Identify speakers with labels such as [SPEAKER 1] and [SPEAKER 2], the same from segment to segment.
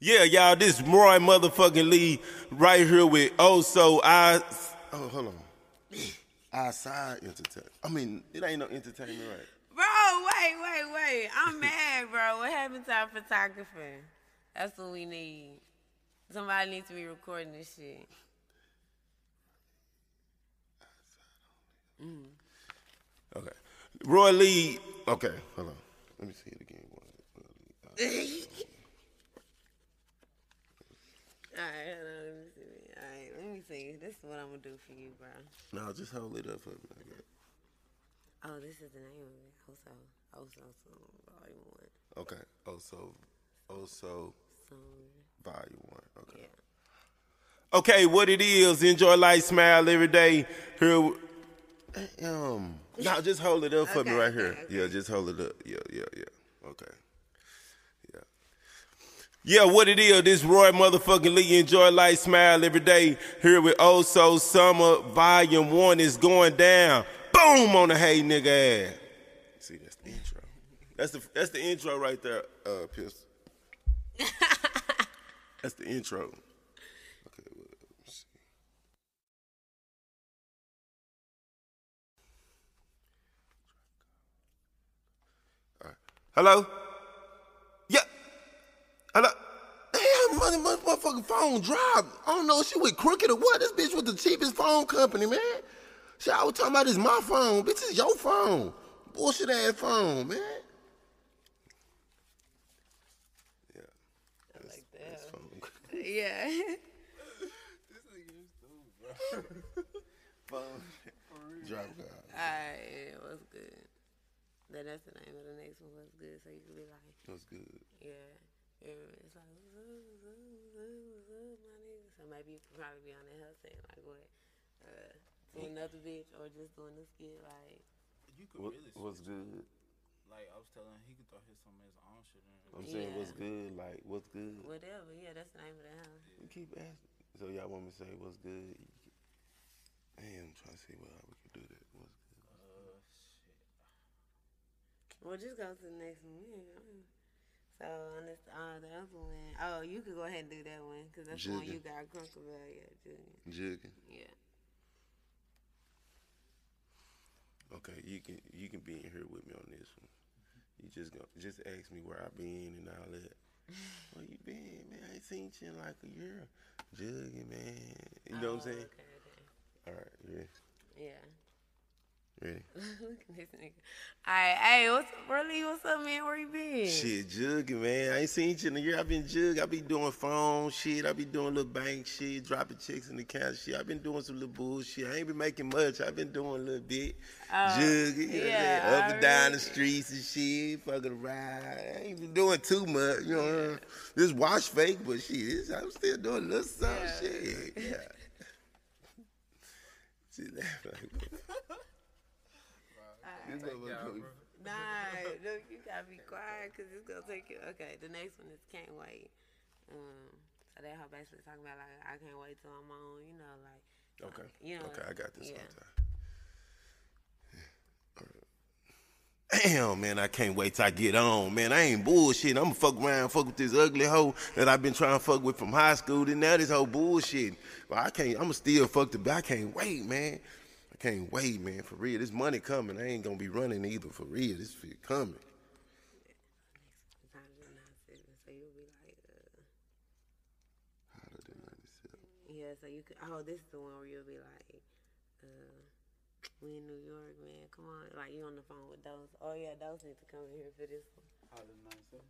[SPEAKER 1] Yeah, y'all, this Roy motherfucking Lee right here with oh so I oh hold on. Outside entertainment. I mean, it ain't no entertainment right.
[SPEAKER 2] Bro, wait, wait, wait. I'm mad, bro. What happened to our photographer? That's what we need. Somebody needs to be recording this shit.
[SPEAKER 1] Okay. Roy Lee. Okay, hold on. Let me see it again.
[SPEAKER 2] All right, hold on. Let me see. All right, let me see. This is what I'm gonna do for you, bro.
[SPEAKER 1] Uh, No, just hold it up for me. like that.
[SPEAKER 2] Oh, this is the name of it. Also, also, so volume one.
[SPEAKER 1] Okay. Oh so oh so
[SPEAKER 2] So
[SPEAKER 1] volume one. Okay.
[SPEAKER 2] yeah.
[SPEAKER 1] Okay, what it is. Enjoy life, smile every day. Here w- um No, just hold it up for me
[SPEAKER 2] Okay,
[SPEAKER 1] right here.
[SPEAKER 2] okay,
[SPEAKER 1] Yeah, just hold it up. Yeah, yeah, yeah. Okay. Yeah. Yeah, what it is, this Roy motherfucking Lee, enjoy life, smile every day. Here with Oh So Summer, volume one is going down. Boom on the hey nigga ass. See, that's the intro. That's the that's the intro right there, uh Pips. that's the intro. Okay, well, let's see. All right. Hello? Yeah. Hello? Damn, mother, mother, motherfucking phone dropped. I don't know if she went crooked or what. This bitch was the cheapest phone company, man. She always talking about this my phone. Bitch, it's your phone. Bullshit ass phone, man. Yeah.
[SPEAKER 2] I like
[SPEAKER 1] This
[SPEAKER 2] that.
[SPEAKER 1] phone.
[SPEAKER 2] Yeah.
[SPEAKER 1] phone. Drop God.
[SPEAKER 2] All right, yeah, what's good? Then that's the name of the next one. What's good? So you can be like,
[SPEAKER 1] That's good.
[SPEAKER 2] yeah. It's like, what's up, what's up, what's up, what's up, my nigga. So maybe you could probably be on the hell saying like what, uh, to another bitch or just doing this skit like.
[SPEAKER 3] You could
[SPEAKER 1] What,
[SPEAKER 3] really
[SPEAKER 1] what's
[SPEAKER 3] switch it.
[SPEAKER 1] good?
[SPEAKER 3] Like I was telling him, he could throw his some of his own shit in.
[SPEAKER 1] I'm saying
[SPEAKER 2] Yeah.
[SPEAKER 1] what's good, like what's good.
[SPEAKER 2] Whatever, yeah, that's the name of the house.
[SPEAKER 1] You keep asking. So y'all want me to say what's good? You keep- Damn, I'm trying to see what how we can do that. What's good?
[SPEAKER 3] Uh, shit.
[SPEAKER 2] Well, just go to the next one. we ain't gonna- So on this, uh, the other one, oh, you could go ahead and do that one because that's the one
[SPEAKER 1] Jigga.
[SPEAKER 2] you got crunk about, yeah, Junior. Oh,
[SPEAKER 1] Jigging.
[SPEAKER 2] Yeah.
[SPEAKER 1] Okay, you can you can be in here with me on this one. You just go just ask me where I been and all that. Where you been, man? I ain't seen you in like a year. Jugging, man. You know what I'm
[SPEAKER 2] Oh,
[SPEAKER 1] saying?
[SPEAKER 2] Okay, okay.
[SPEAKER 1] All right, you ready?
[SPEAKER 2] Yeah.
[SPEAKER 1] Ready?
[SPEAKER 2] Look at this nigga. All right, hey, what's really what's up, man? Where you been?
[SPEAKER 1] Shit, jugging, man. I ain't seen you in a year. I been jug. I be doing phone shit. I be doing little bank shit, dropping chicks in the couch shit. I been doing some little bullshit. I ain't been making much. I been doing a little bit.
[SPEAKER 2] Oh,
[SPEAKER 1] jugging, you know
[SPEAKER 2] yeah,
[SPEAKER 1] what I'm saying? Up and down
[SPEAKER 2] alright.
[SPEAKER 1] the streets and shit. Fucking ride. I ain't been doing too much. You know what I'm saying? This wash fake, but shit, this, I'm still doing a little some
[SPEAKER 2] Yeah.
[SPEAKER 1] shit. Yeah. She laugh like, this motherfucker-
[SPEAKER 2] Nah, look, you gotta be quiet because it's gonna take you. Okay, the next one is can't wait. Um, so that whole basically talking about like I can't wait till I'm on, you know, like uh,
[SPEAKER 1] Okay.
[SPEAKER 2] You know
[SPEAKER 1] okay,
[SPEAKER 2] what?
[SPEAKER 1] I got this
[SPEAKER 2] Yeah.
[SPEAKER 1] one time. Damn, man, I can't wait till I get on. Man, I ain't bullshit. I'ma fuck around, fuck with this ugly hoe that I've been trying to fuck with from high school. Then now this whole bullshit. Well, I can't. I'ma still fuck the. but I can't wait, man. I can't wait, man. For real, this money coming. I ain't gonna be running either. For real, this shit coming.
[SPEAKER 2] sometimes it's not sitting, so you'll be like, uh, yeah. So you could. Oh, this is the one where you'll be like, uh, we in New York, man. Come on, like you on the phone with those. Oh yeah, those need to come in here for this one.
[SPEAKER 3] How did nine seven?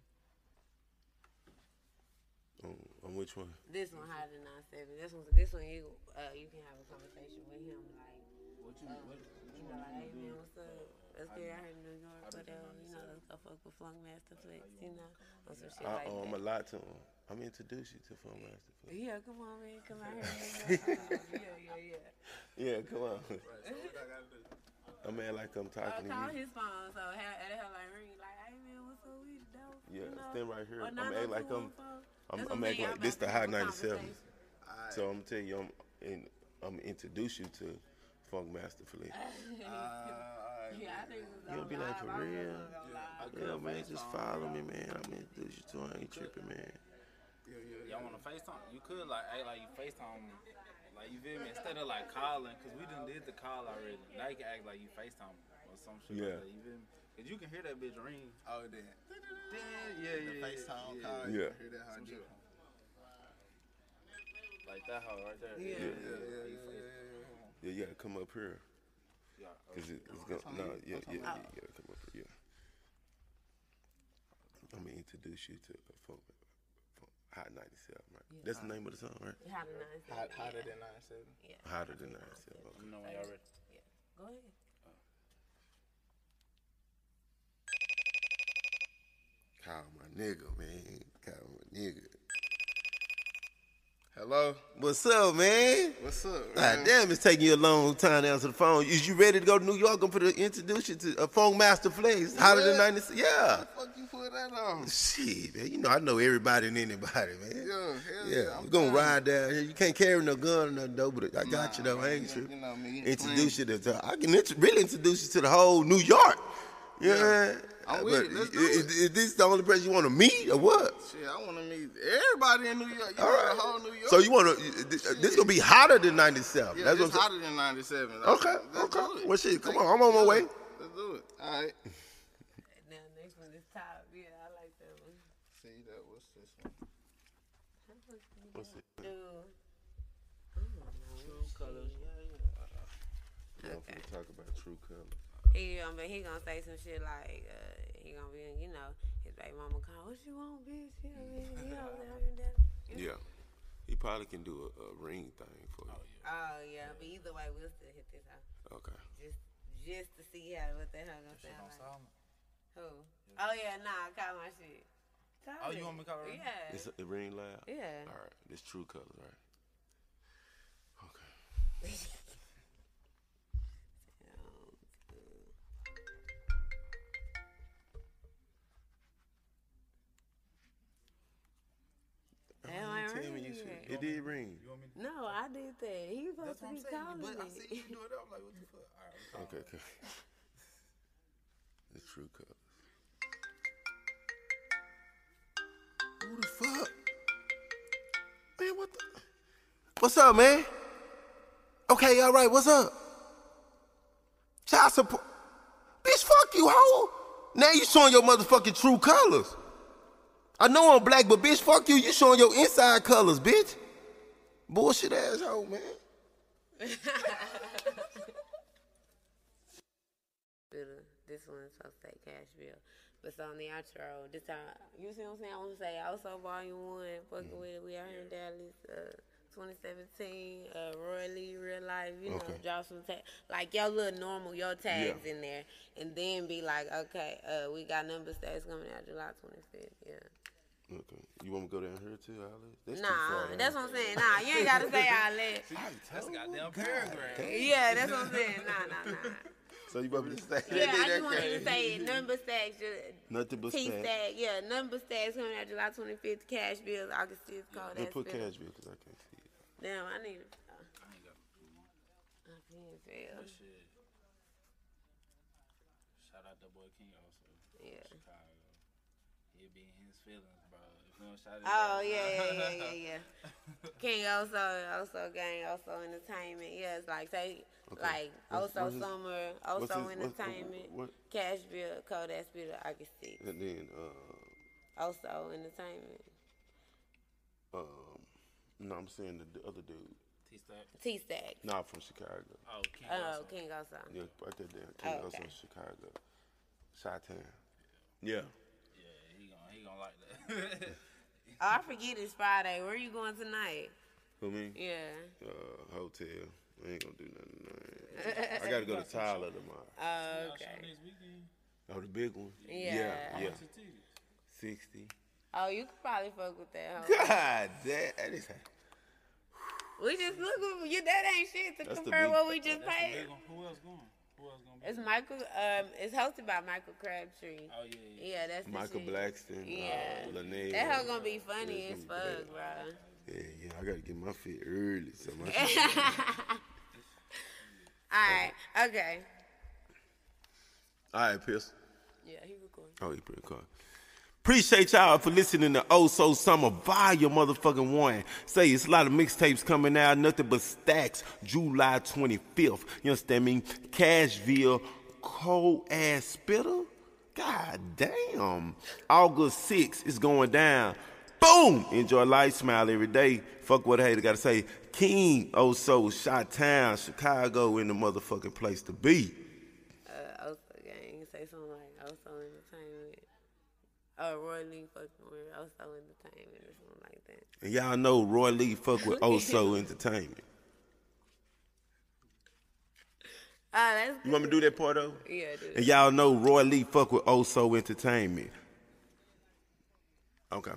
[SPEAKER 1] On, on which one?
[SPEAKER 2] This one hotter than nine seven. This one, this one, you uh, you can have a conversation with him, like
[SPEAKER 3] What you what?
[SPEAKER 2] you know, like, hey man, what's up? Let's get out here to New York, whatever. You know, let's go fuck with Flunk Master Flex, you know, or some shit
[SPEAKER 1] Uh
[SPEAKER 2] like
[SPEAKER 1] oh, I'ma
[SPEAKER 2] that.
[SPEAKER 1] lie to him. I'ma introduce you to Phone Master.
[SPEAKER 2] Yeah, come on, man, come out here. to New York. yeah, yeah, yeah.
[SPEAKER 1] Yeah, come on.
[SPEAKER 3] So what I gotta do?
[SPEAKER 1] A man like I'm
[SPEAKER 2] I'll
[SPEAKER 1] talking to
[SPEAKER 2] call
[SPEAKER 1] you.
[SPEAKER 2] his phone, so have and have like ring, like, hey man, what's up with you, though?
[SPEAKER 1] Yeah,
[SPEAKER 2] you know?
[SPEAKER 1] stand right here.
[SPEAKER 2] Or
[SPEAKER 1] I'm act like I'm, I'm,
[SPEAKER 2] 90214. That's what
[SPEAKER 1] I'm acting
[SPEAKER 2] saying,
[SPEAKER 1] like
[SPEAKER 2] y'all
[SPEAKER 1] this the
[SPEAKER 2] about to
[SPEAKER 1] hot
[SPEAKER 2] have a
[SPEAKER 1] 97.
[SPEAKER 2] conversation.
[SPEAKER 1] So I'm telling you, I'm, and I'm introduce you to Funk Master Flip.
[SPEAKER 3] uh,
[SPEAKER 2] Uh, Yeah, I think it's
[SPEAKER 1] You'll be
[SPEAKER 2] on
[SPEAKER 1] like,
[SPEAKER 2] live.
[SPEAKER 1] for
[SPEAKER 2] I was
[SPEAKER 1] real?
[SPEAKER 2] on
[SPEAKER 1] Yeah,
[SPEAKER 2] live.
[SPEAKER 1] man, just follow me, man. I'm introduce you to. I ain't tripping, man.
[SPEAKER 3] Yeah, yeah, Y'all want to FaceTime? You could like act like you FaceTime, like you feel me? Instead of like calling, cause we done did the call already. Now you can act like you FaceTime or some shit.
[SPEAKER 1] Yeah.
[SPEAKER 3] Like that, you feel me? Cause you can hear that bitch ring.
[SPEAKER 4] Oh, then.
[SPEAKER 3] Yeah, yeah,
[SPEAKER 4] The
[SPEAKER 3] yeah.
[SPEAKER 4] FaceTime
[SPEAKER 3] yeah.
[SPEAKER 1] Yeah.
[SPEAKER 4] call. you can Hear that hard
[SPEAKER 3] Some
[SPEAKER 4] dick.
[SPEAKER 3] shit. Like that hoe right there.
[SPEAKER 2] Yeah.
[SPEAKER 4] Yeah, yeah, yeah, yeah, yeah, yeah.
[SPEAKER 1] Yeah, you gotta come up here.
[SPEAKER 3] yeah.
[SPEAKER 1] Cause it,
[SPEAKER 2] Oh,
[SPEAKER 1] it's gonna, no, yeah, yeah, yeah, you gotta come up here, yeah. I'm gonna introduce you to a phone, Hot 97, right? That's the name of the song, right?
[SPEAKER 2] How to nine
[SPEAKER 4] Hot,
[SPEAKER 2] seven.
[SPEAKER 4] hotter than 97.
[SPEAKER 1] Hotter than 97, okay.
[SPEAKER 3] You know when y'all ready.
[SPEAKER 2] Yeah. Go ahead.
[SPEAKER 1] Call my nigga, man. Call my nigga.
[SPEAKER 4] Hello?
[SPEAKER 1] What's up, man?
[SPEAKER 4] What's up?
[SPEAKER 1] God
[SPEAKER 4] man?
[SPEAKER 1] damn, it's taking you a long time to answer the phone. Is you ready to go to New York? I'm gonna introduce you to a phone master place. Hotter than
[SPEAKER 4] What?
[SPEAKER 1] 97, yeah.
[SPEAKER 4] fuck you put that on?
[SPEAKER 1] Shit, man. You know, I know everybody and anybody, man.
[SPEAKER 4] Yeah, hell
[SPEAKER 1] Yeah,
[SPEAKER 4] yeah,
[SPEAKER 1] we
[SPEAKER 4] I'm
[SPEAKER 1] gonna
[SPEAKER 4] down.
[SPEAKER 1] ride down here. You can't carry no gun or nothing though, but I got you though. I ain't
[SPEAKER 4] you,
[SPEAKER 1] tripping.
[SPEAKER 4] you know me.
[SPEAKER 1] Introduce you to I can int- really introduce you to the whole New York. Yeah,
[SPEAKER 4] I'm with
[SPEAKER 1] but
[SPEAKER 4] it. Let's do
[SPEAKER 1] is,
[SPEAKER 4] it.
[SPEAKER 1] is this the only person you want to meet or what?
[SPEAKER 4] Shit, I want to meet everybody in New York. You
[SPEAKER 1] All
[SPEAKER 4] know
[SPEAKER 1] right.
[SPEAKER 4] the whole New York.
[SPEAKER 1] So you want to? This gonna be hotter than '97.
[SPEAKER 4] yeah,
[SPEAKER 1] That's
[SPEAKER 4] That's
[SPEAKER 1] what I'm
[SPEAKER 4] it's
[SPEAKER 1] saying.
[SPEAKER 4] hotter than 97.
[SPEAKER 1] Okay,
[SPEAKER 4] Let's
[SPEAKER 1] okay.
[SPEAKER 4] do it.
[SPEAKER 1] Well, shit, come
[SPEAKER 4] Thank
[SPEAKER 1] on, I'm on my
[SPEAKER 4] you.
[SPEAKER 1] way.
[SPEAKER 4] Let's do it. All right.
[SPEAKER 2] Now next one is top. Yeah, I like that one.
[SPEAKER 4] See that? What's this one?
[SPEAKER 2] How the fuck you What's it? Do.
[SPEAKER 3] True colors. Yeah, yeah.
[SPEAKER 2] Okay.
[SPEAKER 1] Talk about true color.
[SPEAKER 2] He, I mean, he gonna say some shit like, uh, he gonna be, you know, his baby mama call, what you want, bitch? You know, what I mean? you know, what I mean? That-
[SPEAKER 1] Yeah, he probably can do a, a ring thing for you.
[SPEAKER 2] Oh yeah, but either way, we'll still hit this out.
[SPEAKER 1] Okay.
[SPEAKER 2] Just, just to see how what the hell gonna
[SPEAKER 3] Shit on
[SPEAKER 2] sound like.
[SPEAKER 3] silent.
[SPEAKER 2] Who? Oh yeah, nah, I caught my shit. Call
[SPEAKER 3] Oh,
[SPEAKER 2] it.
[SPEAKER 3] you want me to call it right now?
[SPEAKER 2] Yeah.
[SPEAKER 1] It's a ring loud.
[SPEAKER 2] yeah.
[SPEAKER 1] All right, it's true color, right? Okay.
[SPEAKER 2] Um, Damn, I
[SPEAKER 1] Tell me
[SPEAKER 2] ring
[SPEAKER 1] you should.
[SPEAKER 2] it.
[SPEAKER 1] It did ring.
[SPEAKER 3] You want me to?
[SPEAKER 2] No, I did that. He was supposed
[SPEAKER 3] That's
[SPEAKER 2] to
[SPEAKER 3] what I'm
[SPEAKER 2] be
[SPEAKER 3] saying.
[SPEAKER 2] calling
[SPEAKER 3] But I
[SPEAKER 2] me.
[SPEAKER 3] see you do it. I'm like, what the fuck? All right, we calling.
[SPEAKER 1] Okay, okay. It's true colors. Who the fuck? Man, what the? What's up, man? Okay, all right, what's up? Child support. Bitch, fuck you, hoe. Now you showing your motherfucking true colors. I know I'm black, but bitch, fuck you. You showing your inside colors, bitch. Bullshit asshole, man.
[SPEAKER 2] Bill. This one's supposed to say cash bill. But so on the outro, this time, you see what I'm saying? I want to say also volume one, fucking with it. We out here in Dallas, uh, 2017, uh, Roy Lee, real life, you know, drop some tags. Like your little normal, your tags in there. And then be like, okay, uh, we got number stats coming out July 25th. Yeah.
[SPEAKER 1] Okay. You want me to go down here too, Alex? That's
[SPEAKER 2] Nah, that's what I'm saying. Nah, you ain't got to say all that.
[SPEAKER 1] that's
[SPEAKER 3] Goddamn paragraph.
[SPEAKER 2] Yeah, that's what I'm saying. Nah, nah, nah.
[SPEAKER 1] So you want me to say
[SPEAKER 2] Yeah, I just wanted to say it. Number stacks, just
[SPEAKER 1] Nothing but
[SPEAKER 2] T
[SPEAKER 1] stack.
[SPEAKER 2] stack. Yeah, number stacks coming out July 25th. Cash bills, August 6th. Call
[SPEAKER 1] Just
[SPEAKER 2] that.
[SPEAKER 1] put
[SPEAKER 2] spell.
[SPEAKER 1] cash bill because I can't see it.
[SPEAKER 2] Damn, I need. Uh,
[SPEAKER 3] I ain't got
[SPEAKER 2] I can't fail.
[SPEAKER 3] shit. Shout out to boy King also.
[SPEAKER 2] Yeah.
[SPEAKER 3] Chicago. He be in his feelings, bro. If we don't shout it
[SPEAKER 2] Oh
[SPEAKER 3] out,
[SPEAKER 2] yeah, yeah,
[SPEAKER 3] nah.
[SPEAKER 2] yeah, yeah, yeah. King also, also gang, also entertainment. Yeah, it's like say, like
[SPEAKER 1] What's-
[SPEAKER 2] also
[SPEAKER 1] what's his-
[SPEAKER 2] summer,
[SPEAKER 1] what's his-
[SPEAKER 2] also
[SPEAKER 1] what's- what-
[SPEAKER 2] entertainment.
[SPEAKER 1] what-
[SPEAKER 2] Cash bill, Kodak bill, August 6th.
[SPEAKER 1] And then, uh,
[SPEAKER 2] Also entertainment.
[SPEAKER 1] um, no, I'm saying the, the other dude.
[SPEAKER 3] T-Stack.
[SPEAKER 2] T stack.
[SPEAKER 1] Not from Chicago.
[SPEAKER 3] Oh, King
[SPEAKER 2] Oh,
[SPEAKER 3] also.
[SPEAKER 2] King also.
[SPEAKER 1] Yeah, right there, down. King
[SPEAKER 2] Oh,
[SPEAKER 1] also
[SPEAKER 2] okay.
[SPEAKER 1] Chicago. Chi-Town. Yeah.
[SPEAKER 3] Yeah, he gonna, he gonna like that.
[SPEAKER 2] Oh, I forget it's Friday. Where you going tonight?
[SPEAKER 1] Who me?
[SPEAKER 2] Yeah.
[SPEAKER 1] Uh, hotel. I ain't gonna do nothing. tonight. I gotta go to Tyler tomorrow.
[SPEAKER 2] Oh, okay.
[SPEAKER 3] Next weekend,
[SPEAKER 1] Oh, the big one.
[SPEAKER 2] Yeah.
[SPEAKER 1] Yeah. yeah.
[SPEAKER 3] the tickets.
[SPEAKER 1] Sixty.
[SPEAKER 2] Oh, you could probably fuck with that. Huh?
[SPEAKER 1] God damn. that is-
[SPEAKER 2] We just look at you. That ain't shit to
[SPEAKER 1] That's the
[SPEAKER 2] compare
[SPEAKER 1] big-
[SPEAKER 2] what we just
[SPEAKER 3] That's the
[SPEAKER 2] paid.
[SPEAKER 3] big one. Who else going? Who else gonna be?
[SPEAKER 2] It's
[SPEAKER 3] there?
[SPEAKER 2] Michael. Um, it's hosted by Michael Crabtree.
[SPEAKER 3] Oh, yeah, yeah.
[SPEAKER 2] Yeah, that's the
[SPEAKER 1] Michael
[SPEAKER 2] shit.
[SPEAKER 1] Blackston.
[SPEAKER 2] Yeah.
[SPEAKER 1] Uh, Lene.
[SPEAKER 2] That hoe gonna be funny
[SPEAKER 1] Yeah,
[SPEAKER 2] as
[SPEAKER 1] it's
[SPEAKER 2] fuck,
[SPEAKER 1] gonna be
[SPEAKER 2] bro.
[SPEAKER 1] Yeah, yeah, I gotta get my fit early. So my shit-
[SPEAKER 2] All right. Okay.
[SPEAKER 1] All right, Pierce.
[SPEAKER 2] Yeah, he recording.
[SPEAKER 1] Oh, you pretty cool. Appreciate y'all for listening to Oh So Summer Volume Motherfucking One. Say it's a lot of mixtapes coming out, nothing but stacks. July 25th. You understand me? Cashville, cold ass spitter. God damn. August 6th is going down. Boom! Enjoy life, smile every day. Fuck what a hater gotta say. King, oh so, Shot Town, Chicago in the motherfucking place to be.
[SPEAKER 2] uh, Oso Gang. Say something like Oso Entertainment. Or Roy Lee fucking with Oso Entertainment or something like that.
[SPEAKER 1] And y'all know Roy Lee fuck with Oso Entertainment.
[SPEAKER 2] Ah, that's
[SPEAKER 1] You want me to do that part though?
[SPEAKER 2] Yeah, do
[SPEAKER 1] And
[SPEAKER 2] that.
[SPEAKER 1] y'all know Roy Lee fuck with Oso Entertainment. Okay.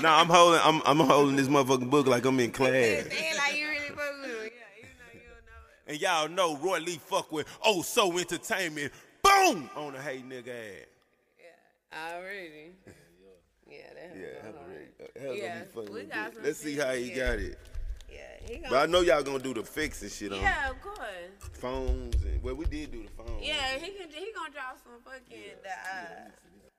[SPEAKER 1] no, I'm holding I'm I'm holding this motherfucking book like I'm in class.
[SPEAKER 2] They like you really fuck with him. Yeah, you know you don't know it.
[SPEAKER 1] And y'all know Roy Lee fuck with Oso Entertainment. Boom! On the hey nigga ass.
[SPEAKER 2] Already. Yeah, that
[SPEAKER 1] Yeah, Uh,
[SPEAKER 2] yeah,
[SPEAKER 1] hell
[SPEAKER 2] already.
[SPEAKER 1] yeah,
[SPEAKER 2] Yeah,
[SPEAKER 1] fucking
[SPEAKER 2] we
[SPEAKER 1] good.
[SPEAKER 2] got some
[SPEAKER 1] Let's see how he
[SPEAKER 2] shit,
[SPEAKER 1] got it.
[SPEAKER 2] Yeah, he
[SPEAKER 1] But I
[SPEAKER 2] gonna,
[SPEAKER 1] know y'all gonna do the fix and shit on
[SPEAKER 2] yeah, of course.
[SPEAKER 1] phones and well we did do the phone.
[SPEAKER 2] Yeah, he can. He gonna drop some fucking the uh,